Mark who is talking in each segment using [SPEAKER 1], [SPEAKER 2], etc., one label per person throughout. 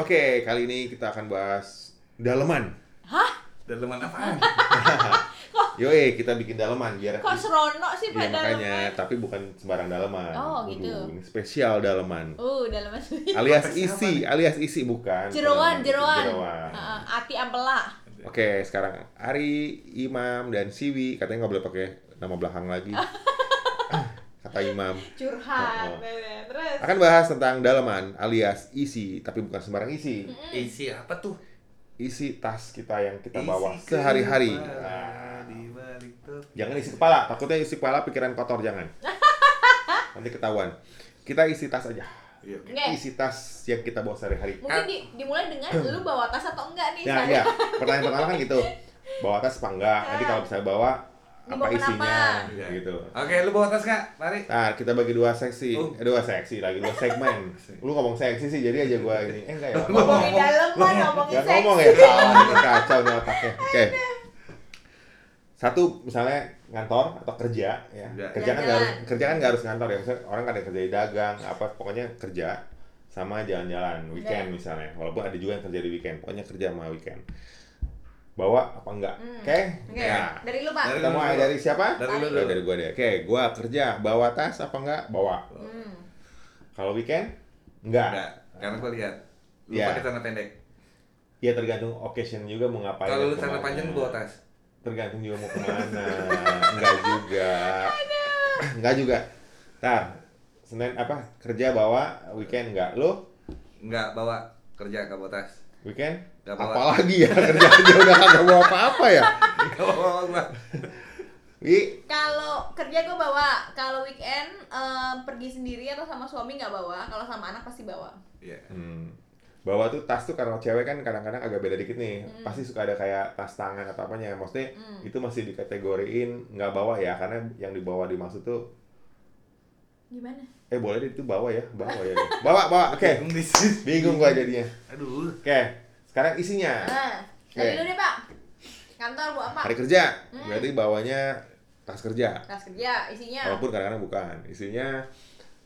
[SPEAKER 1] Oke, kali ini kita akan bahas daleman.
[SPEAKER 2] Hah?
[SPEAKER 3] Daleman apaan?
[SPEAKER 1] Yoi, kita bikin daleman biar
[SPEAKER 2] Oh. Kok serono sih
[SPEAKER 1] Iya
[SPEAKER 2] Pak
[SPEAKER 1] makanya,
[SPEAKER 2] Daleman?
[SPEAKER 1] tapi bukan sembarang daleman.
[SPEAKER 2] Oh,
[SPEAKER 1] Waduh,
[SPEAKER 2] gitu.
[SPEAKER 1] ini spesial daleman.
[SPEAKER 2] Uh, daleman sih.
[SPEAKER 1] Alias
[SPEAKER 3] Konteks
[SPEAKER 1] isi, alias isi bukan.
[SPEAKER 2] Jeroan,
[SPEAKER 1] Daleman,
[SPEAKER 2] jeroan.
[SPEAKER 1] jeroan.
[SPEAKER 2] Heeh, ati ampela.
[SPEAKER 1] Oke, sekarang Ari, Imam, dan Siwi katanya nggak boleh pakai nama belakang lagi. Ah, Kata Imam.
[SPEAKER 2] Curhat.
[SPEAKER 1] Oh, oh.
[SPEAKER 2] Beben. Terus.
[SPEAKER 1] Akan bahas tentang daleman alias isi, tapi bukan sembarang isi.
[SPEAKER 2] Hmm.
[SPEAKER 3] Isi apa tuh?
[SPEAKER 1] Isi tas kita yang kita bawa
[SPEAKER 3] Isi
[SPEAKER 1] sehari-hari.
[SPEAKER 3] kepala
[SPEAKER 2] Ah,
[SPEAKER 1] Nah,
[SPEAKER 3] di balik topi.
[SPEAKER 1] Jangan isi kepala, takutnya isi kepala pikiran kotor jangan. Nanti ketahuan. Kita isi tas aja.
[SPEAKER 3] Iya, oke.
[SPEAKER 2] Oke.
[SPEAKER 1] Isi tas yang kita bawa sehari-hari.
[SPEAKER 2] Mungkin di- dimulai dengan lu bawa tas atau enggak nih?
[SPEAKER 1] Ya,
[SPEAKER 2] Sar?
[SPEAKER 1] iya. Pertanyaan pertama kan gitu. Bawa tas apa enggak? Nanti kalau bisa bawa apa
[SPEAKER 2] Dibawa kenapa?
[SPEAKER 1] isinya
[SPEAKER 3] Iya.
[SPEAKER 1] gitu.
[SPEAKER 3] Oke, lu bawa tas nggak? Mari.
[SPEAKER 1] Nah, kita bagi dua seksi.
[SPEAKER 3] Oh.
[SPEAKER 1] Eh, dua seksi lagi, dua segmen. Lu ngomong seksi sih, jadi aja gua ini. Eh, enggak ya.
[SPEAKER 3] Ngomong.
[SPEAKER 2] Ngomongin daleman, ngomongin
[SPEAKER 1] Gak
[SPEAKER 2] seks.
[SPEAKER 1] ngomong ya, kacau, kacau nih otaknya. Oke. Satu misalnya ngantor atau kerja ya.
[SPEAKER 3] Kerja.
[SPEAKER 1] Kerja kan
[SPEAKER 2] Jalan-jalan.
[SPEAKER 1] nggak harus kerja kan nggak harus ngantor ya. Misalnya orang kan ada kerja di dagang, apa pokoknya kerja sama jalan-jalan
[SPEAKER 2] Iya.
[SPEAKER 1] weekend misalnya. Walaupun ada juga yang kerja di weekend, pokoknya kerja sama weekend. Bawa apa enggak?
[SPEAKER 2] Hmm.
[SPEAKER 1] Oke?
[SPEAKER 2] Oke,
[SPEAKER 1] Ya.
[SPEAKER 2] dari lu Pak.
[SPEAKER 3] Dari-
[SPEAKER 1] Kita mulai dari siapa?
[SPEAKER 3] Dari lu
[SPEAKER 1] Dari,
[SPEAKER 3] dulu.
[SPEAKER 1] dari gua deh. Oke, gua kerja, bawa tas apa enggak? Bawa.
[SPEAKER 2] Hmm.
[SPEAKER 1] Kalau weekend? Enggak.
[SPEAKER 3] Enggak, karena gua lihat. Lu
[SPEAKER 1] Iya.
[SPEAKER 3] pakai celana pendek.
[SPEAKER 1] Ya tergantung occasion juga mau ngapain.
[SPEAKER 3] Kalau
[SPEAKER 1] dan
[SPEAKER 3] lu celana
[SPEAKER 1] kemana.
[SPEAKER 3] panjang lu bawa tas.
[SPEAKER 1] tergantung juga mau kemana enggak juga enggak juga tar senin apa kerja bawa weekend enggak lo
[SPEAKER 3] Enggak bawa kerja enggak bawa tas.
[SPEAKER 1] weekend
[SPEAKER 3] Nggak bawa.
[SPEAKER 1] apalagi ya kerja aja udah kagak bawa apa-apa ya
[SPEAKER 3] Enggak bawa gua.
[SPEAKER 1] wi
[SPEAKER 2] Kalau kerja gue bawa, kalau weekend eh, pergi sendiri atau sama suami nggak bawa, kalau sama anak pasti bawa.
[SPEAKER 3] Iya.
[SPEAKER 1] hmm, bawa tuh tas tuh karena cewek kan kadang-kadang agak beda dikit nih
[SPEAKER 2] Hmm.
[SPEAKER 1] pasti suka ada kayak tas tangan atau apanya maksudnya
[SPEAKER 2] Hmm.
[SPEAKER 1] itu masih dikategoriin nggak bawa ya karena yang dibawa dimaksud tuh
[SPEAKER 2] Gimana?
[SPEAKER 1] eh boleh deh itu bawa ya bawa ya bawa bawa oke
[SPEAKER 3] Bingung di sini.
[SPEAKER 1] bingung gua jadinya
[SPEAKER 3] Aduh.
[SPEAKER 1] oke sekarang isinya
[SPEAKER 2] Nah,
[SPEAKER 1] Ya. Oke.
[SPEAKER 2] dari lu deh Pak. Kantor bawa apa?
[SPEAKER 1] hari kerja
[SPEAKER 2] Hmm. Ya.
[SPEAKER 1] berarti bawanya tas kerja
[SPEAKER 2] Tas kerja, isinya.
[SPEAKER 1] walaupun kadang-kadang bukan isinya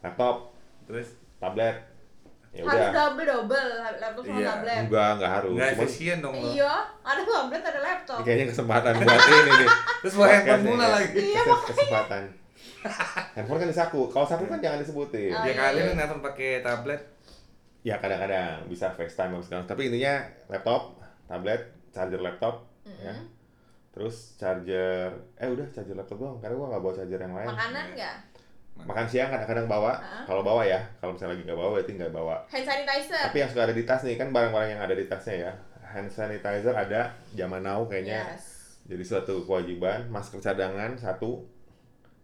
[SPEAKER 1] laptop
[SPEAKER 3] Terus
[SPEAKER 1] tablet ya
[SPEAKER 2] Harus
[SPEAKER 1] udah
[SPEAKER 2] double double laptop sama
[SPEAKER 3] Iya.
[SPEAKER 2] tablet.
[SPEAKER 1] enggak enggak harus
[SPEAKER 3] enggak
[SPEAKER 1] Cuman,
[SPEAKER 3] efisien dong lu.
[SPEAKER 2] Iya, ada tablet ada laptop.
[SPEAKER 1] ini kayaknya kesempatan buat ini nih
[SPEAKER 3] Terus bawa handphone
[SPEAKER 1] Podcastnya,
[SPEAKER 3] mula
[SPEAKER 1] ya.
[SPEAKER 3] lagi.
[SPEAKER 2] Iya,
[SPEAKER 1] Kes- kesempatan handphone kan di saku kalau saku kan jangan disebutin
[SPEAKER 2] Oh,
[SPEAKER 3] Ya
[SPEAKER 2] iya,
[SPEAKER 3] kali
[SPEAKER 2] iya.
[SPEAKER 3] lu nelfon pakai tablet.
[SPEAKER 1] ya kadang-kadang bisa FaceTime apa segala macam. tapi intinya laptop tablet charger laptop
[SPEAKER 2] Mm-mm.
[SPEAKER 1] ya terus charger eh udah charger laptop doang karena gua nggak bawa charger yang lain
[SPEAKER 2] Makanan nggak?
[SPEAKER 1] makan siang kadang-kadang bawa
[SPEAKER 2] Hah? Iya.
[SPEAKER 1] kalau bawa ya kalau misalnya lagi nggak bawa berarti nggak bawa
[SPEAKER 2] Hand sanitizer.
[SPEAKER 1] tapi yang suka ada di tas nih kan barang-barang yang ada di tasnya ya hand sanitizer ada zaman now kayaknya
[SPEAKER 2] Yes.
[SPEAKER 1] jadi suatu kewajiban masker cadangan satu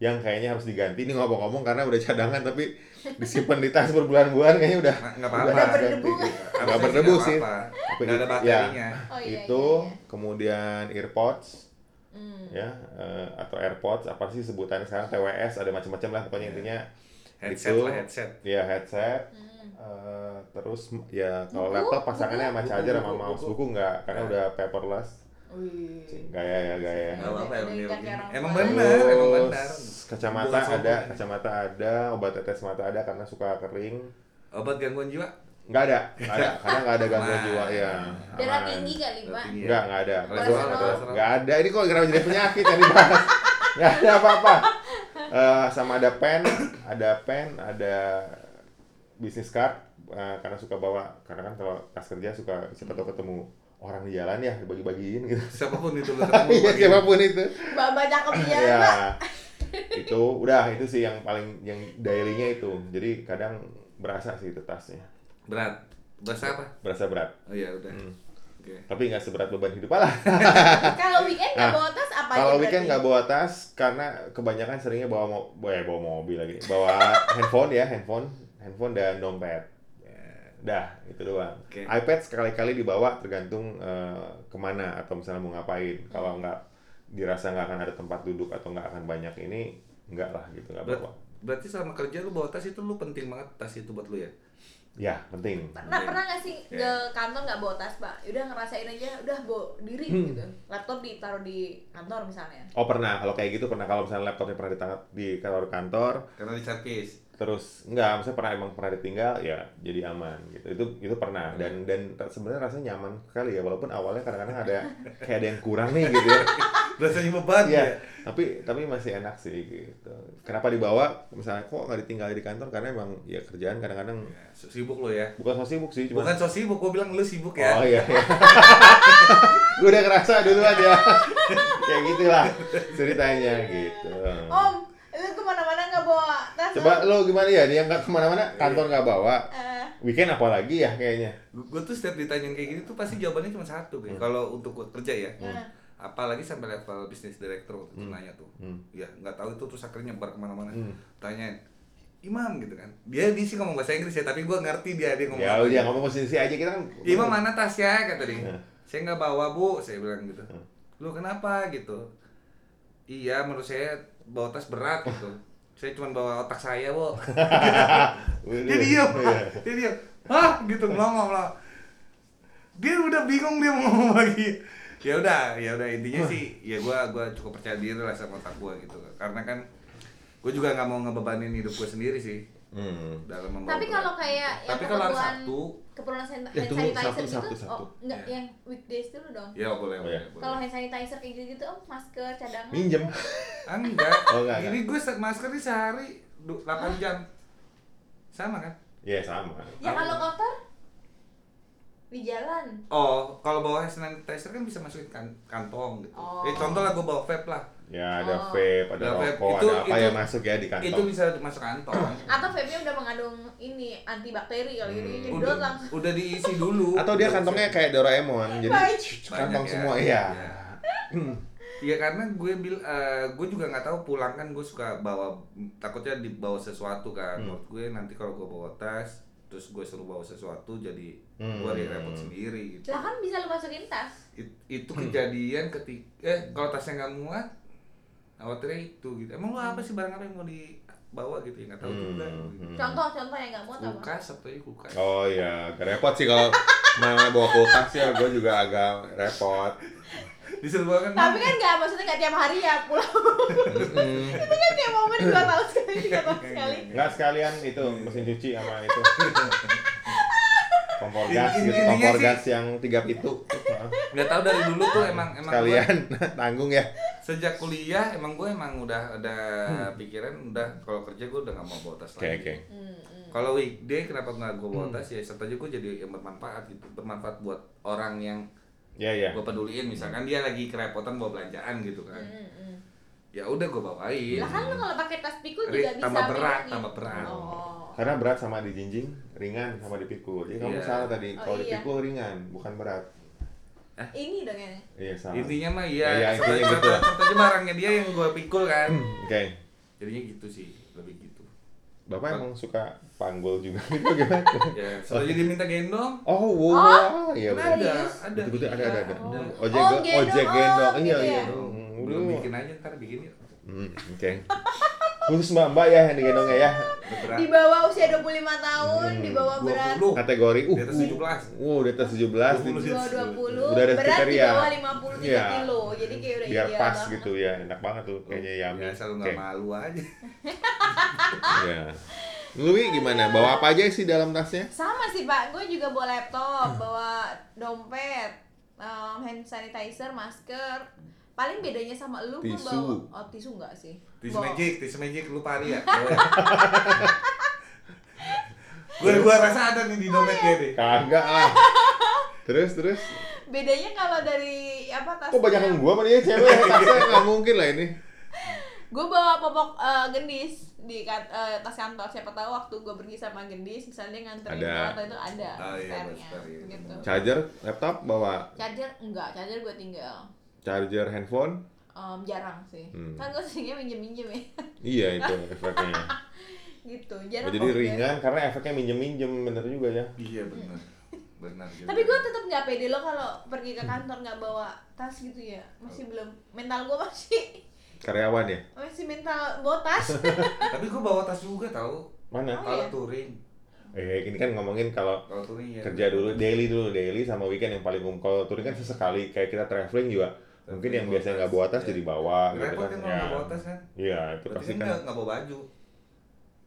[SPEAKER 1] yang kayaknya harus diganti ini ngomong-ngomong karena udah cadangan tapi disimpan di tas berbulan-bulan kayaknya udah
[SPEAKER 3] Nggak- nggak apa-apa.
[SPEAKER 1] harus
[SPEAKER 2] Udah berdebu. kan?
[SPEAKER 1] ganti.
[SPEAKER 3] Harusnya
[SPEAKER 1] nggak berdebu
[SPEAKER 3] nggak
[SPEAKER 1] sih gitu?
[SPEAKER 3] apa-apa.
[SPEAKER 1] Tapi
[SPEAKER 3] Nggak ada
[SPEAKER 1] itu-
[SPEAKER 3] baterainya.
[SPEAKER 2] Oh iya.
[SPEAKER 1] itu
[SPEAKER 2] iya,
[SPEAKER 1] kemudian earpods
[SPEAKER 2] iya. Hmm.
[SPEAKER 1] ya eh, atau airpods apa sih sebutannya sekarang TWS ada macam-macam lah pokoknya
[SPEAKER 3] Iya.
[SPEAKER 1] intinya
[SPEAKER 3] Headset
[SPEAKER 1] Itu.
[SPEAKER 3] lah headset.
[SPEAKER 1] ya headset
[SPEAKER 2] Hmm.
[SPEAKER 1] Eh, terus ya kalau
[SPEAKER 2] Buku?
[SPEAKER 1] laptop pasangannya sama
[SPEAKER 3] Buku,
[SPEAKER 1] charger sama
[SPEAKER 3] buku,
[SPEAKER 1] mouse
[SPEAKER 3] buku. Iya.
[SPEAKER 1] buku nggak karena
[SPEAKER 3] Nggak.
[SPEAKER 1] udah paperless
[SPEAKER 2] Wih.
[SPEAKER 1] gaya ya gaya
[SPEAKER 3] Nggak apa-apa
[SPEAKER 2] Ada
[SPEAKER 3] emang dia
[SPEAKER 2] yang
[SPEAKER 3] begini.
[SPEAKER 2] jarang
[SPEAKER 3] Emang
[SPEAKER 2] banget.
[SPEAKER 3] benar, emang benar.
[SPEAKER 1] Terus kacamata
[SPEAKER 3] Bukan
[SPEAKER 1] ada
[SPEAKER 3] sombong.
[SPEAKER 1] kacamata ada obat tetes mata ada karena suka kering
[SPEAKER 3] Obat gangguan jiwa?
[SPEAKER 1] nggak ada nggak ada karena nggak ada gangguan
[SPEAKER 3] Aman.
[SPEAKER 1] jiwa ya
[SPEAKER 2] Darah
[SPEAKER 1] aman.
[SPEAKER 2] tinggi kali pak.
[SPEAKER 3] Tinggi.
[SPEAKER 1] nggak nggak ada
[SPEAKER 3] Iya. Kolesterol.
[SPEAKER 1] Gua- nggak ada ini kok kenapa jadi penyakit yang dibahas nggak ada apa-apa Eh, sama ada pen ada pen ada bisnis card eh, karena suka bawa karena kan kalau tas kerja suka siapa tahu ketemu orang di jalan ya dibagi-bagiin gitu
[SPEAKER 3] Siapapun itu lu
[SPEAKER 1] Iya,
[SPEAKER 3] ketemu. Iya,
[SPEAKER 1] siapapun itu
[SPEAKER 2] Bapak cakep dia pak.
[SPEAKER 1] ya itu udah itu sih yang paling yang dailynya itu jadi kadang berasa sih itu tasnya
[SPEAKER 3] Berat. Bahasa apa?
[SPEAKER 1] berasa berat
[SPEAKER 3] Oh iya udah.
[SPEAKER 1] Hmm.
[SPEAKER 3] Oke.
[SPEAKER 1] tapi nggak seberat beban hidup lah
[SPEAKER 2] Kalau weekend nggak
[SPEAKER 1] Nah,
[SPEAKER 2] bawa tas apa aja
[SPEAKER 1] kalau weekend
[SPEAKER 2] berarti?
[SPEAKER 1] nggak bawa tas karena kebanyakan seringnya bawa mo eh, bawa mobil lagi bawa handphone ya handphone handphone dan dompet dah itu doang
[SPEAKER 3] Oke.
[SPEAKER 1] iPad sekali-kali dibawa tergantung eh, kemana atau misalnya mau ngapain
[SPEAKER 3] Hmm.
[SPEAKER 1] kalau nggak dirasa nggak akan ada tempat duduk atau nggak akan banyak ini nggak lah gitu nggak
[SPEAKER 3] Ber-
[SPEAKER 1] bawa
[SPEAKER 3] berarti selama kerja lu bawa tas itu lu penting banget tas itu buat lu ya?
[SPEAKER 1] ya penting
[SPEAKER 2] Pernah pernah nggak sih
[SPEAKER 3] Iya.
[SPEAKER 2] ke kantor nggak bawa tas pak? Udah ngerasain aja, udah bawa diri gitu. Laptop ditaruh di kantor misalnya.
[SPEAKER 1] oh pernah kalau kayak gitu pernah kalau misalnya laptopnya pernah di tangan- di kantor kantor
[SPEAKER 3] Karena di servis.
[SPEAKER 1] terus enggak maksudnya pernah emang pernah ditinggal ya jadi aman gitu itu itu pernah dan dan ra- sebenarnya rasanya nyaman sekali ya walaupun awalnya kadang-kadang ada kayak ada yang kurang nih gitu ya
[SPEAKER 3] Rasanya beban
[SPEAKER 1] Iya,
[SPEAKER 3] ya.
[SPEAKER 1] tapi tapi masih enak sih gitu kenapa dibawa misalnya kok nggak ditinggal di kantor karena emang ya kerjaan kadang-kadang
[SPEAKER 3] Ya, Sibuk lo ya.
[SPEAKER 1] bukan so sibuk sih cuma
[SPEAKER 3] Bukan so sibuk, gue bilang lu
[SPEAKER 1] Oh
[SPEAKER 3] sibuk
[SPEAKER 1] iya.
[SPEAKER 3] ya.
[SPEAKER 1] iya. gue udah ngerasa duluan ya. Kayak gitulah ceritanya gitu.
[SPEAKER 2] Om, lu kemana-mana nggak bawa tas?
[SPEAKER 1] Coba lo
[SPEAKER 2] lu?
[SPEAKER 1] gimana ya? Dia nggak kemana-mana, kantor nggak bawa.
[SPEAKER 2] Eh,
[SPEAKER 1] Weekend apalagi ya kayaknya.
[SPEAKER 3] Gue tuh setiap ditanya kayak gini tuh pasti jawabannya cuma satu.
[SPEAKER 1] Hmm.
[SPEAKER 3] kayak Kalau untuk gua kerja ya.
[SPEAKER 2] eh.
[SPEAKER 3] Apalagi sampai level bisnis director waktu itu nanya tuh.
[SPEAKER 1] Hmm.
[SPEAKER 3] Ya nggak tahu itu terus akhirnya nyebar kemana-mana.
[SPEAKER 1] Hmm.
[SPEAKER 3] Tanyain. Imam gitu kan. Dia dia sih ngomong bahasa Inggris ya, tapi gue ngerti dia dia ngomong.
[SPEAKER 1] Ya
[SPEAKER 3] apa.
[SPEAKER 1] udah jangan ngomong posisi aja kita kan.
[SPEAKER 3] Imam mana tasnya kata dia.
[SPEAKER 1] Hmm.
[SPEAKER 3] Saya nggak bawa bu, saya bilang gitu.
[SPEAKER 1] Hmm.
[SPEAKER 3] Lu kenapa gitu? Iya menurut saya bawa tas berat gitu. saya cuma bawa otak saya bu.
[SPEAKER 1] Waduh.
[SPEAKER 3] dia diem,
[SPEAKER 1] Iya.
[SPEAKER 3] dia diem. Hah gitu melongo melongo. Dia udah bingung dia mau ngomong lagi. Ya udah, ya udah intinya sih ya gua gua cukup percaya diri lah sama otak gua gitu. Karena kan gua juga nggak mau ngebebanin hidup gua sendiri sih
[SPEAKER 1] Hmm.
[SPEAKER 3] dalam membawa
[SPEAKER 2] Tapi kalau
[SPEAKER 3] berat.
[SPEAKER 2] kayak yang
[SPEAKER 3] Tapi kalau hari
[SPEAKER 2] keperluan-
[SPEAKER 3] Sabtu,
[SPEAKER 2] keperluan hand
[SPEAKER 1] Ya,
[SPEAKER 2] hand
[SPEAKER 1] tunggu,
[SPEAKER 2] sanitizer
[SPEAKER 1] Sabtu,
[SPEAKER 2] gitu,
[SPEAKER 1] Sabtu, Sabtu.
[SPEAKER 2] oh nggak
[SPEAKER 3] Iya.
[SPEAKER 2] yang weekdays dulu dong.
[SPEAKER 3] ya boleh,
[SPEAKER 1] Oh,
[SPEAKER 3] boleh,
[SPEAKER 1] ya.
[SPEAKER 3] boleh.
[SPEAKER 2] Kalau hand sanitizer kayak gitu-gitu, om masker, cadangan.
[SPEAKER 1] Minjem.
[SPEAKER 3] Ah, enggak.
[SPEAKER 1] Oh, enggak,
[SPEAKER 3] Ini gue set masker nih sehari du- 8 jam. Sama kan?
[SPEAKER 1] Ya sama.
[SPEAKER 2] Ya kalau kotor di jalan.
[SPEAKER 3] Oh, kalau bawa hand sanitizer kan bisa masukin kan- kantong gitu.
[SPEAKER 2] Oh.
[SPEAKER 3] Eh, contoh lah gue bawa vape lah.
[SPEAKER 1] Ya ada
[SPEAKER 2] Oh.
[SPEAKER 1] vape, ada
[SPEAKER 3] Ada vape.
[SPEAKER 1] rokok,
[SPEAKER 3] Itu-
[SPEAKER 1] ada apa
[SPEAKER 3] itu-
[SPEAKER 1] ya masuk ya di
[SPEAKER 3] Itu
[SPEAKER 1] kantor.
[SPEAKER 3] bisa masuk kantong.
[SPEAKER 2] Atau vape-nya udah mengandung ini antibakteri kalau gitu.
[SPEAKER 1] Hmm.
[SPEAKER 2] Jadi
[SPEAKER 3] udah,
[SPEAKER 2] dot langsung.
[SPEAKER 3] udah diisi dulu.
[SPEAKER 1] Atau dia
[SPEAKER 3] Udah
[SPEAKER 1] kantongnya
[SPEAKER 3] diisi.
[SPEAKER 1] kayak Doraemon, jadi
[SPEAKER 2] Baik.
[SPEAKER 1] kantong
[SPEAKER 3] Banyak
[SPEAKER 1] semua Hmm. ya.
[SPEAKER 3] Iya. Iya karena gue bil, eh, gue juga nggak tahu pulang kan gue suka bawa takutnya dibawa sesuatu kan.
[SPEAKER 1] Hmm.
[SPEAKER 3] Menurut gue nanti kalau gue bawa tas, terus gue suruh bawa sesuatu jadi
[SPEAKER 1] Hmm.
[SPEAKER 3] gue repot sendiri gitu.
[SPEAKER 2] Lah kan bisa lu masukin tas.
[SPEAKER 3] It- itu
[SPEAKER 1] Hmm.
[SPEAKER 3] kejadian ketika eh kalau tasnya nggak muat awalnya itu gitu emang
[SPEAKER 2] Hmm.
[SPEAKER 3] lu apa sih barang apa yang mau dibawa gitu ya nggak tahu juga
[SPEAKER 1] Hmm, hmm.
[SPEAKER 2] Contoh-contoh yang nggak mau tau apa?
[SPEAKER 3] kulkas atau ya kulkas
[SPEAKER 1] Oh iya, agak repot sih kalau mana bawa kulkas ya, gue juga agak repot.
[SPEAKER 3] disuruh bawa kan
[SPEAKER 2] Tapi kan nggak maksudnya nggak tiap hari ya pulang.
[SPEAKER 1] Mm-mm.
[SPEAKER 2] Itu kan tiap momen dua tahun sekali, tiga tahun sekali.
[SPEAKER 1] Enggak sekalian itu mesin cuci sama itu. Kompor gas
[SPEAKER 3] Ini-
[SPEAKER 1] gitu,
[SPEAKER 3] ini-
[SPEAKER 1] kompor
[SPEAKER 3] ini
[SPEAKER 1] gas yang tiga pintu. Heeh.
[SPEAKER 3] nggak tahu dari dulu tuh emang emang gua
[SPEAKER 1] Sekalian tanggung ya.
[SPEAKER 3] sejak kuliah emang gue emang udah ada pikiran udah kalau kerja gue udah nggak mau bawa tas
[SPEAKER 1] Hmm. Oke
[SPEAKER 3] lagi
[SPEAKER 1] oke. Hmm.
[SPEAKER 2] Hmm, hmm.
[SPEAKER 3] kalau weekday kenapa nggak gue bawa tas ya serta aja gue jadi yang bermanfaat gitu bermanfaat buat orang yang
[SPEAKER 1] Ya ya.
[SPEAKER 3] gue peduliin misalkan dia lagi kerepotan bawa belanjaan gitu kan
[SPEAKER 2] Hmm, hmm.
[SPEAKER 3] ya udah gue bawain
[SPEAKER 2] Lah kan lu kalau pakai tas pikul
[SPEAKER 3] Ri-
[SPEAKER 2] juga bisa
[SPEAKER 3] tambah berat,
[SPEAKER 2] megangin.
[SPEAKER 3] tambah berat.
[SPEAKER 2] Oh.
[SPEAKER 1] Karena berat sama di jinjing, ringan sama di pikul. Jadi kamu
[SPEAKER 3] Iya.
[SPEAKER 1] salah tadi,
[SPEAKER 2] Oh,
[SPEAKER 1] kalau di
[SPEAKER 2] iya.
[SPEAKER 1] pikul ringan, bukan berat.
[SPEAKER 2] Ini dong ya. yang
[SPEAKER 1] Iya salah. Oke.
[SPEAKER 3] intinya mah
[SPEAKER 1] Iya,
[SPEAKER 3] iya
[SPEAKER 1] intinya gitu. Hmm.
[SPEAKER 3] serta aja barangnya dia yang gue pikul kan jadinya gitu sih lebih gitu
[SPEAKER 1] Bapak emang suka panggul juga gitu gimana?
[SPEAKER 3] ya setelah jadi minta gendong
[SPEAKER 1] Oh, wow. Iya, betul.
[SPEAKER 3] kan ada
[SPEAKER 2] Serius?
[SPEAKER 3] ada
[SPEAKER 1] Betul-betul ada ada ada.
[SPEAKER 3] Ada.
[SPEAKER 2] Oh.
[SPEAKER 1] Ojek
[SPEAKER 2] Oh,
[SPEAKER 1] go-
[SPEAKER 2] gendong,
[SPEAKER 1] ojek
[SPEAKER 2] oh,
[SPEAKER 1] gendong. Iya
[SPEAKER 2] gitu ya.
[SPEAKER 1] iya.
[SPEAKER 3] Gendong.
[SPEAKER 1] Hmm,
[SPEAKER 3] Belum
[SPEAKER 1] dulu.
[SPEAKER 3] bikin aja ntar bikin yuk
[SPEAKER 1] Hmm, oke. Khusus Mbak Mbak ya yang digendongnya ya.
[SPEAKER 3] berat
[SPEAKER 2] di bawah usia 25 tahun,
[SPEAKER 1] Hmm,
[SPEAKER 2] di bawah berat
[SPEAKER 3] 20
[SPEAKER 1] Kategori uh.
[SPEAKER 3] Di atas
[SPEAKER 1] uh.
[SPEAKER 3] 17.
[SPEAKER 1] Wow, di atas 17
[SPEAKER 2] di
[SPEAKER 1] di-
[SPEAKER 2] bawah
[SPEAKER 1] Udah
[SPEAKER 2] 20,
[SPEAKER 1] ada
[SPEAKER 2] berat di
[SPEAKER 1] kriteria.
[SPEAKER 2] bawah 53
[SPEAKER 1] Iya.
[SPEAKER 2] kilo. Jadi kayak udah
[SPEAKER 1] biar
[SPEAKER 2] ideal
[SPEAKER 1] pas
[SPEAKER 2] banget.
[SPEAKER 1] gitu ya. Enak banget tuh kayaknya ya.
[SPEAKER 3] biasa lu nggak malu aja
[SPEAKER 1] Iya. Lu Wi, gimana? Bawa apa aja sih dalam tasnya?
[SPEAKER 2] Sama sih Pak, gue juga bawa laptop,
[SPEAKER 1] Hmm.
[SPEAKER 2] bawa dompet, um, hand sanitizer, masker. Paling bedanya sama lu gue
[SPEAKER 1] Tisu.
[SPEAKER 2] bawa oh tisu enggak sih?
[SPEAKER 3] tis
[SPEAKER 2] Bawa-
[SPEAKER 3] magic tis magic lu pari ya gue
[SPEAKER 1] Iya.
[SPEAKER 3] gue rasa ada nih
[SPEAKER 2] Oh,
[SPEAKER 3] di dompet
[SPEAKER 2] iya.
[SPEAKER 3] dia deh
[SPEAKER 1] Kagak lah. Terus terus.
[SPEAKER 2] Bedanya kalau dari apa tas?
[SPEAKER 1] Kok banyak yang gua sama dia cewek? Tasnya nggak mungkin lah ini.
[SPEAKER 2] Gue bawa popok eh, gendis di kan- eh, tas kantor. Siapa tahu waktu gue pergi sama gendis, misalnya dia nganterin
[SPEAKER 1] Ada.
[SPEAKER 2] gua atau itu ada
[SPEAKER 3] Ah, iya,
[SPEAKER 2] spare-nya,
[SPEAKER 3] spare, iya,
[SPEAKER 2] gitu.
[SPEAKER 3] benar.
[SPEAKER 1] Charger, laptop bawa
[SPEAKER 2] Charger enggak, charger gue tinggal.
[SPEAKER 1] charger handphone.
[SPEAKER 2] Em, jarang sih.
[SPEAKER 1] Hmm.
[SPEAKER 2] Kan gue seringnya minjem-minjem ya.
[SPEAKER 1] Iya itu efeknya.
[SPEAKER 2] gitu. Jarang
[SPEAKER 1] Jadi
[SPEAKER 2] kok gua-
[SPEAKER 1] ringan karena efeknya minjem-minjem bener juga ya.
[SPEAKER 3] iya benar benar juga.
[SPEAKER 2] Tapi gue tetap nggak pede lo kalau pergi ke kantor nggak bawa tas gitu ya. Masih belum mental gue masih
[SPEAKER 1] Karyawan ya.
[SPEAKER 2] masih mental bawa tas.
[SPEAKER 3] tapi gue bawa tas juga tau
[SPEAKER 1] Mana?
[SPEAKER 2] Oh,
[SPEAKER 3] kalau
[SPEAKER 2] iya.
[SPEAKER 3] touring
[SPEAKER 1] Eh ini kan ngomongin kalau
[SPEAKER 3] kalau touring ya
[SPEAKER 1] kerja dulu daily dulu daily sama weekend yang paling umum kalau touring kan sesekali kayak kita traveling juga mungkin yang biasanya nggak bawa tas jadi bawa gitu
[SPEAKER 3] repot
[SPEAKER 1] kan
[SPEAKER 3] kan kalau
[SPEAKER 1] ya
[SPEAKER 3] nggak bawa tas kan
[SPEAKER 1] iya itu
[SPEAKER 3] berarti
[SPEAKER 1] pasti
[SPEAKER 3] kan
[SPEAKER 1] kan
[SPEAKER 3] nggak- nggak bawa baju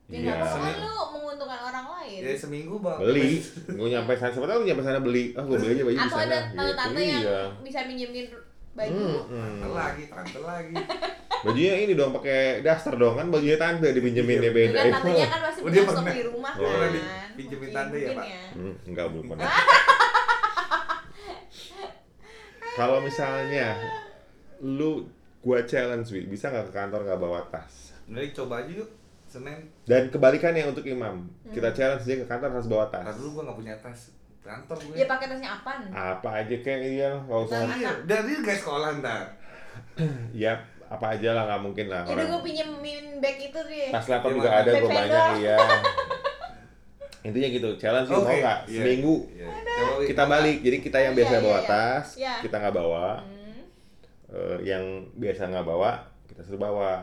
[SPEAKER 2] Tinggal
[SPEAKER 1] Iya.
[SPEAKER 2] yeah. kan lu menguntungkan orang lain.
[SPEAKER 3] Jadi Ya, seminggu bang.
[SPEAKER 1] beli gue nyampe sana siapa tahu lu nyampe sana beli ah gue beli aja baju di
[SPEAKER 2] Atau
[SPEAKER 1] sana
[SPEAKER 2] ada tante-tante
[SPEAKER 1] Gitu,
[SPEAKER 2] yang
[SPEAKER 1] iya.
[SPEAKER 2] bisa minjemin
[SPEAKER 1] Hmm,
[SPEAKER 2] baju.
[SPEAKER 1] hmm.
[SPEAKER 3] Tante lagi, tante lagi.
[SPEAKER 1] bajunya ini dong pakai daster dong kan bajunya tante dipinjeminnya
[SPEAKER 3] Iya.
[SPEAKER 1] beda
[SPEAKER 2] Juga tantenya kan masih
[SPEAKER 3] Oh,
[SPEAKER 2] punya
[SPEAKER 3] dia
[SPEAKER 2] stok
[SPEAKER 3] pernah-
[SPEAKER 2] di rumah
[SPEAKER 1] Oh,
[SPEAKER 2] kan.
[SPEAKER 3] pernah dipinjemin
[SPEAKER 2] Mungkin-
[SPEAKER 3] tante ya,
[SPEAKER 2] mungkin
[SPEAKER 3] Pak?
[SPEAKER 1] Hmm, enggak belum pernah. Kalau misalnya lu gua challenge Wi, bisa nggak ke kantor nggak bawa tas?
[SPEAKER 3] Nanti coba aja yuk. Senin.
[SPEAKER 1] Dan kebalikannya untuk Imam, kita
[SPEAKER 2] Hmm.
[SPEAKER 1] challenge dia ke kantor harus bawa tas.
[SPEAKER 3] Ntar dulu gua nggak punya tas. Kantor gue.
[SPEAKER 1] Iya.
[SPEAKER 2] Dia pakai tasnya apaan?
[SPEAKER 1] Ah. Apa aja kayak iya, nggak
[SPEAKER 2] Nah.
[SPEAKER 1] usah.
[SPEAKER 3] Iya, Dan dia gak sekolah ntar.
[SPEAKER 1] Ya, apa aja lah nggak mungkin lah.
[SPEAKER 2] Udah gue
[SPEAKER 1] Orang
[SPEAKER 2] pinjemin bag itu deh.
[SPEAKER 1] tas laptop
[SPEAKER 3] Iya,
[SPEAKER 1] juga
[SPEAKER 3] makanya.
[SPEAKER 1] ada gua
[SPEAKER 2] Back
[SPEAKER 1] banyak
[SPEAKER 2] vendor.
[SPEAKER 1] iya. Intinya gitu, challenge sih mau nggak
[SPEAKER 3] Iya.
[SPEAKER 1] seminggu
[SPEAKER 3] Iya. Coba, Wi.
[SPEAKER 1] kita balik. Jadi kita yang
[SPEAKER 2] Iya,
[SPEAKER 1] biasa
[SPEAKER 2] iya,
[SPEAKER 1] bawa
[SPEAKER 2] iya.
[SPEAKER 1] tas,
[SPEAKER 2] Iya.
[SPEAKER 1] kita nggak bawa.
[SPEAKER 2] Hmm.
[SPEAKER 1] Eh, yang biasa nggak bawa, kita suruh bawa.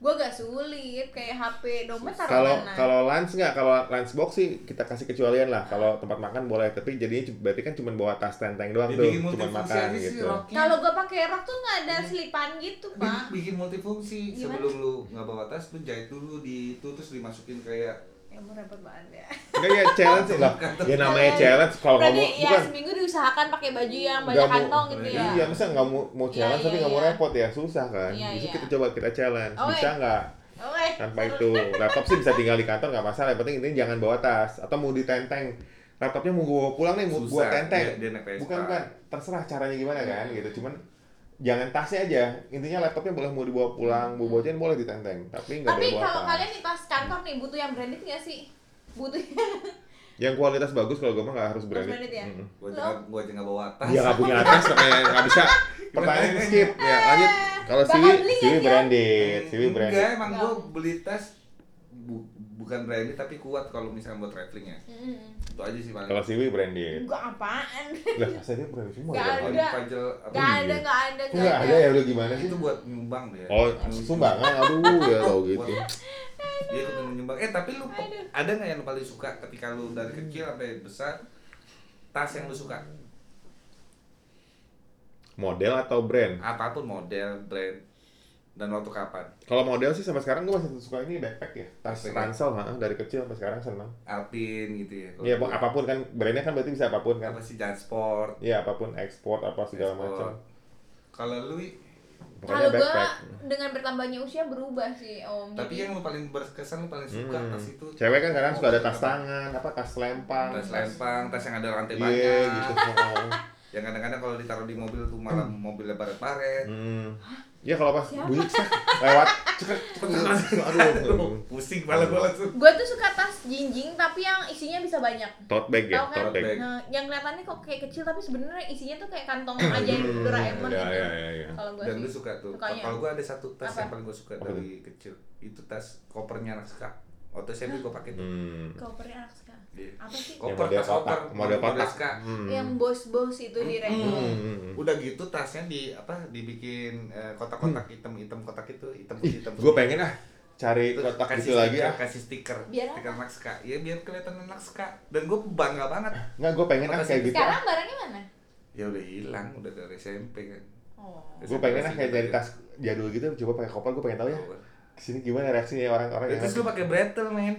[SPEAKER 2] Gue agak sulit kayak HP dompet taruh
[SPEAKER 1] kalau
[SPEAKER 2] mana?
[SPEAKER 1] kalau lunch nggak kalau lunch box sih kita kasih kecualian lah
[SPEAKER 2] Ah.
[SPEAKER 1] kalau tempat makan boleh tapi jadinya cu- berarti kan cuma bawa tas tenteng doang tuh
[SPEAKER 3] Dibikin
[SPEAKER 1] cuma
[SPEAKER 3] multifungsi
[SPEAKER 1] makan
[SPEAKER 3] aja sih,
[SPEAKER 1] gitu
[SPEAKER 3] Rocky.
[SPEAKER 2] Kalau gue pakai rok tuh nggak ada selipan gitu
[SPEAKER 3] Bi-
[SPEAKER 2] pak.
[SPEAKER 3] bikin multifungsi
[SPEAKER 2] Gimana?
[SPEAKER 3] sebelum lu nggak bawa tas lu jahit dulu di itu terus dimasukin kayak
[SPEAKER 2] Ya mau repot banget ya.
[SPEAKER 1] enggak ya challenge lah ya namanya challenge kalau nggak
[SPEAKER 2] Berarti
[SPEAKER 1] mau
[SPEAKER 2] ya
[SPEAKER 1] bukan
[SPEAKER 2] seminggu diusahakan pakai baju yang
[SPEAKER 1] Nggak
[SPEAKER 2] banyak
[SPEAKER 1] mau-
[SPEAKER 2] kantong gitu ya.
[SPEAKER 1] iya masa nggak mau mau
[SPEAKER 2] Iya,
[SPEAKER 1] challenge tapi
[SPEAKER 2] iya,
[SPEAKER 1] nggak mau
[SPEAKER 2] iya.
[SPEAKER 1] repot ya susah kan
[SPEAKER 2] Iya,
[SPEAKER 1] justru
[SPEAKER 2] iya.
[SPEAKER 1] kita coba kita challenge
[SPEAKER 2] Oke.
[SPEAKER 1] bisa nggak
[SPEAKER 2] Oke.
[SPEAKER 1] tanpa itu laptop sih bisa tinggal di kantor nggak masalah yang penting ini jangan bawa tas atau mau ditenteng laptopnya mau gua bawa pulang nih mau gua
[SPEAKER 3] Susah,
[SPEAKER 1] tenteng
[SPEAKER 3] dia- dia naik Vespa.
[SPEAKER 1] bukan bukan terserah caranya gimana
[SPEAKER 2] Iya.
[SPEAKER 1] kan gitu cuman jangan tasnya aja intinya laptopnya boleh mau dibawa pulang mau bocain boleh ditenteng tapi nggak
[SPEAKER 2] Hmm. Tapi
[SPEAKER 1] boleh bawa
[SPEAKER 2] kalau
[SPEAKER 1] tas
[SPEAKER 2] kalian di tas kantor nih butuh yang branded nggak sih? Butuh ya?
[SPEAKER 1] yang kualitas bagus kalau gua mah nggak harus branded,
[SPEAKER 2] branded ya?
[SPEAKER 1] Mm-mm.
[SPEAKER 3] gua
[SPEAKER 2] Lo?
[SPEAKER 3] aja nggak- gua aja nggak bawa tas
[SPEAKER 1] Dia Iya, nggak punya atas makanya nggak bisa. Pertanyaan
[SPEAKER 3] Gimana?
[SPEAKER 1] skip. Ya lanjut. Kalau
[SPEAKER 2] Bakal
[SPEAKER 1] Siwi,
[SPEAKER 2] beli nggak
[SPEAKER 1] Siwi
[SPEAKER 2] sih?
[SPEAKER 1] branded, Siwi
[SPEAKER 3] enggak
[SPEAKER 1] branded.
[SPEAKER 3] emang gua beli tas bu- bukan branded tapi kuat kalau misalnya buat traveling ya itu aja sih paling
[SPEAKER 1] Kalau Siwi branded.
[SPEAKER 2] Enggak apaan.
[SPEAKER 1] Lah, saya dia branded semua.
[SPEAKER 2] Nggak
[SPEAKER 1] ada.
[SPEAKER 3] Paling
[SPEAKER 2] ada.
[SPEAKER 3] pajel apa
[SPEAKER 2] Gak ada,
[SPEAKER 1] iya.
[SPEAKER 2] gak ada,
[SPEAKER 1] Kok
[SPEAKER 2] gak
[SPEAKER 1] nggak ada
[SPEAKER 2] ada.
[SPEAKER 1] ya udah gimana sih?
[SPEAKER 3] itu buat nyumbang ya
[SPEAKER 1] Oh, sumbangan aduh ya kalau gitu.
[SPEAKER 3] dia ikut nyumbang eh tapi lu pe- ada nggak yang lu paling suka ketika lu dari kecil sampai besar tas yang lu suka
[SPEAKER 1] Model atau brand?
[SPEAKER 3] apapun model brand dan waktu kapan
[SPEAKER 1] Kalau model sih sampai sekarang gue masih suka ini backpack ya, tas
[SPEAKER 3] Backpack ya?
[SPEAKER 1] ransel ha, dari kecil sampai sekarang senang.
[SPEAKER 3] Alpin gitu ya.
[SPEAKER 1] Iya, pok- apapun kan brandnya kan berarti bisa apapun kan.
[SPEAKER 3] apa sih Jan Sport,
[SPEAKER 1] Iya, apapun ekspor apa segala
[SPEAKER 3] Sport.
[SPEAKER 1] macam.
[SPEAKER 3] Kalau lu Wi,
[SPEAKER 1] Pokoknya
[SPEAKER 2] Kalau gue
[SPEAKER 1] backpack.
[SPEAKER 2] dengan bertambahnya usia berubah sih om.
[SPEAKER 3] tapi
[SPEAKER 2] Jadi-
[SPEAKER 3] yang lu paling berkesan lu paling suka
[SPEAKER 1] Hmm.
[SPEAKER 3] tas itu. Oh,
[SPEAKER 1] Cewek kan kadang suka ada tas tangan, apa tas lempang.
[SPEAKER 3] Tas lempang, tas yang ada rantai
[SPEAKER 1] Iya,
[SPEAKER 3] banyak.
[SPEAKER 1] gitu.
[SPEAKER 3] Yang kadang-kadang kalau ditaruh di mobil tuh malah mobilnya baret-baret.
[SPEAKER 1] Hmm. Ya kalau pas bunyi cek, lewat cek, cek, cek, aduh.
[SPEAKER 3] Pusing kepala gua langsung.
[SPEAKER 2] Gue tuh suka tas jinjing tapi yang isinya bisa banyak.
[SPEAKER 1] Tote bag ya,
[SPEAKER 2] Tau kan?
[SPEAKER 1] tote bag.
[SPEAKER 3] bag.
[SPEAKER 2] Nah, yang kelihatannya kok kayak kecil tapi sebenarnya isinya tuh kayak kantong aja yang Doraemon
[SPEAKER 1] Hmm. ya,
[SPEAKER 2] gitu.
[SPEAKER 1] ya, ya, ya.
[SPEAKER 2] Kalau gue
[SPEAKER 3] Dan lu
[SPEAKER 2] sih.
[SPEAKER 3] suka tuh.
[SPEAKER 2] Sukanya.
[SPEAKER 3] Kalau gua ada satu tas
[SPEAKER 2] Apa?
[SPEAKER 3] yang paling gua suka
[SPEAKER 1] Apa
[SPEAKER 3] dari kecil. Itu tas kopernya anak sekap. Waktu SMP gua pakai tuh.
[SPEAKER 1] Hmm.
[SPEAKER 2] Kopernya anak sekarang.
[SPEAKER 3] Iya.
[SPEAKER 2] Apa sih?
[SPEAKER 1] Ya,
[SPEAKER 3] Koper,
[SPEAKER 1] model
[SPEAKER 3] tas koper,
[SPEAKER 1] kotak, model kotak.
[SPEAKER 3] Ska.
[SPEAKER 1] Hmm.
[SPEAKER 2] Yang bos-bos itu di Reno.
[SPEAKER 1] Hmm.
[SPEAKER 3] Udah gitu tasnya di apa dibikin eh, kotak-kotak hitam-hitam kotak itu hitam
[SPEAKER 1] Hmm. Ih,
[SPEAKER 3] hitam.
[SPEAKER 1] gue pengen ah cari
[SPEAKER 3] Terus
[SPEAKER 1] kotak
[SPEAKER 3] kasih
[SPEAKER 1] gitu lagi
[SPEAKER 3] stiker,
[SPEAKER 1] ah.
[SPEAKER 3] kasih stiker
[SPEAKER 2] Biar apa?
[SPEAKER 3] stiker anak ska ya biar kelihatan anak ska dan gue bangga banget
[SPEAKER 1] Nggak, gue pengen ah kayak
[SPEAKER 3] Kotak stiker.
[SPEAKER 1] gitu. ah.
[SPEAKER 2] Sekarang barangnya mana?
[SPEAKER 3] ya udah hilang udah dari SMP kan
[SPEAKER 2] Oh.
[SPEAKER 1] Gue pengen ah kayak dari tas jadul gitu, coba pakai koper, gue pengen tahu ya. Kesini gimana reaksinya ya orang-orang yang
[SPEAKER 3] terus lu pakai bretel men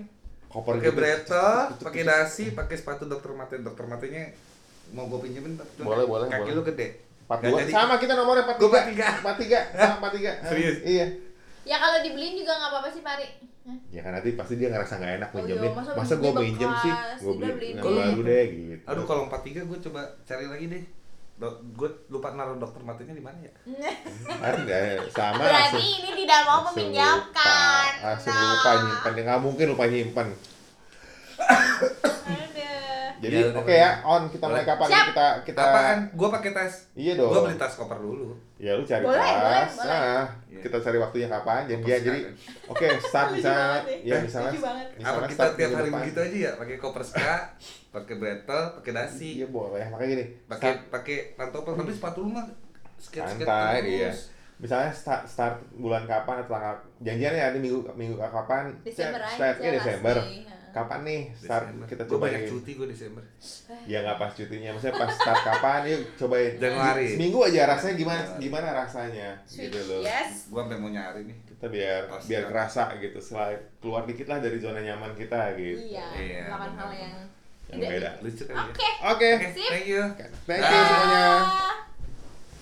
[SPEAKER 1] koper
[SPEAKER 3] pakai
[SPEAKER 1] gitu.
[SPEAKER 3] bretel pakai dasi pakai sepatu dokter mate dokter matenya mau gue pinjemin tapi lu-
[SPEAKER 1] Boleh, boleh,
[SPEAKER 3] kaki
[SPEAKER 1] boleh.
[SPEAKER 3] lu gede
[SPEAKER 1] Empat
[SPEAKER 3] Nggak
[SPEAKER 1] dua.
[SPEAKER 3] jadi.
[SPEAKER 1] Sama kita nomornya empat
[SPEAKER 3] Gua
[SPEAKER 1] tiga.
[SPEAKER 3] 43.
[SPEAKER 1] Empat tiga. Sama empat tiga. Ah,
[SPEAKER 3] Serius?
[SPEAKER 1] Iya.
[SPEAKER 2] Ya kalau dibeliin juga nggak apa-apa sih Pari. Hah?
[SPEAKER 1] Ya kan nanti pasti dia ngerasa nggak enak
[SPEAKER 2] Oh iya,
[SPEAKER 1] minjemin.
[SPEAKER 2] masa
[SPEAKER 1] masa
[SPEAKER 2] beli
[SPEAKER 1] gue
[SPEAKER 2] bekas,
[SPEAKER 1] minjem sih, gue
[SPEAKER 2] udah beli
[SPEAKER 1] beli yang
[SPEAKER 3] bekas.
[SPEAKER 1] baru deh gitu.
[SPEAKER 3] aduh kalau 43 gue coba cari lagi deh gue lupa naruh dokter matenya di mana ya
[SPEAKER 1] ada Kan sama
[SPEAKER 2] Berarti ini tidak mau
[SPEAKER 1] langsung
[SPEAKER 2] meminjamkan.
[SPEAKER 1] lupa.
[SPEAKER 2] nah.
[SPEAKER 1] Langsung lupa nyimpan, Ya, nggak mungkin lupa nyimpan.
[SPEAKER 2] Aduh.
[SPEAKER 1] Jadi
[SPEAKER 3] Ya,
[SPEAKER 1] oke
[SPEAKER 3] udah,
[SPEAKER 1] ya,
[SPEAKER 3] udah.
[SPEAKER 1] on kita mulai
[SPEAKER 3] Boleh.
[SPEAKER 1] kapan
[SPEAKER 2] Siap.
[SPEAKER 1] kita kita
[SPEAKER 3] apaan gue pakai tas
[SPEAKER 1] Iya
[SPEAKER 3] gue
[SPEAKER 1] dong.
[SPEAKER 3] beli tas koper dulu
[SPEAKER 1] Ya lu cari
[SPEAKER 2] Boleh, boleh,
[SPEAKER 1] tas.
[SPEAKER 2] boleh.
[SPEAKER 1] Nah,
[SPEAKER 3] Iya.
[SPEAKER 1] kita cari waktunya kapan jadi
[SPEAKER 3] Apa
[SPEAKER 1] dia
[SPEAKER 3] sih,
[SPEAKER 1] jadi
[SPEAKER 3] kan?
[SPEAKER 1] oke start
[SPEAKER 2] Lucu
[SPEAKER 1] misalnya
[SPEAKER 2] banget ya.
[SPEAKER 1] ya misalnya
[SPEAKER 2] Lucu banget.
[SPEAKER 1] misalnya
[SPEAKER 3] apa kita
[SPEAKER 1] start
[SPEAKER 3] tiap
[SPEAKER 1] minggu
[SPEAKER 3] hari
[SPEAKER 1] depan.
[SPEAKER 3] begitu aja ya pakai koper ska pakai bretel pakai dasi
[SPEAKER 1] Iya boleh, makanya gini.
[SPEAKER 3] pakai
[SPEAKER 1] start-
[SPEAKER 3] pakai pantopel tapi sepatu lu mah skate skate
[SPEAKER 1] santai iya. dia misalnya start, start bulan kapan atau tanggal janjian ya ini minggu minggu kapan
[SPEAKER 2] Desember
[SPEAKER 1] Set,
[SPEAKER 2] aja
[SPEAKER 1] startnya
[SPEAKER 2] pasti,
[SPEAKER 1] Desember
[SPEAKER 2] ya.
[SPEAKER 1] kapan nih start
[SPEAKER 3] Desember.
[SPEAKER 1] kita
[SPEAKER 3] Gua
[SPEAKER 1] cobain
[SPEAKER 3] banyak cuti gue Desember
[SPEAKER 1] ya nggak pas cutinya maksudnya pas start kapan yuk cobain
[SPEAKER 3] Januari.
[SPEAKER 1] seminggu aja rasanya gimana gimana rasanya
[SPEAKER 2] Switch.
[SPEAKER 1] gitu loh
[SPEAKER 2] Yes.
[SPEAKER 3] gue sampai mau nyari nih
[SPEAKER 1] kita biar
[SPEAKER 3] Pasti.
[SPEAKER 1] biar kerasa gitu selain keluar dikit lah dari zona nyaman kita gitu Iya.
[SPEAKER 2] Iya,
[SPEAKER 3] Iya,
[SPEAKER 2] melakukan hal
[SPEAKER 3] benar.
[SPEAKER 2] yang
[SPEAKER 1] yang beda
[SPEAKER 3] Lucu kali
[SPEAKER 2] Oke.
[SPEAKER 3] ya.
[SPEAKER 1] oke
[SPEAKER 3] Oke, thank you.
[SPEAKER 1] thank you semuanya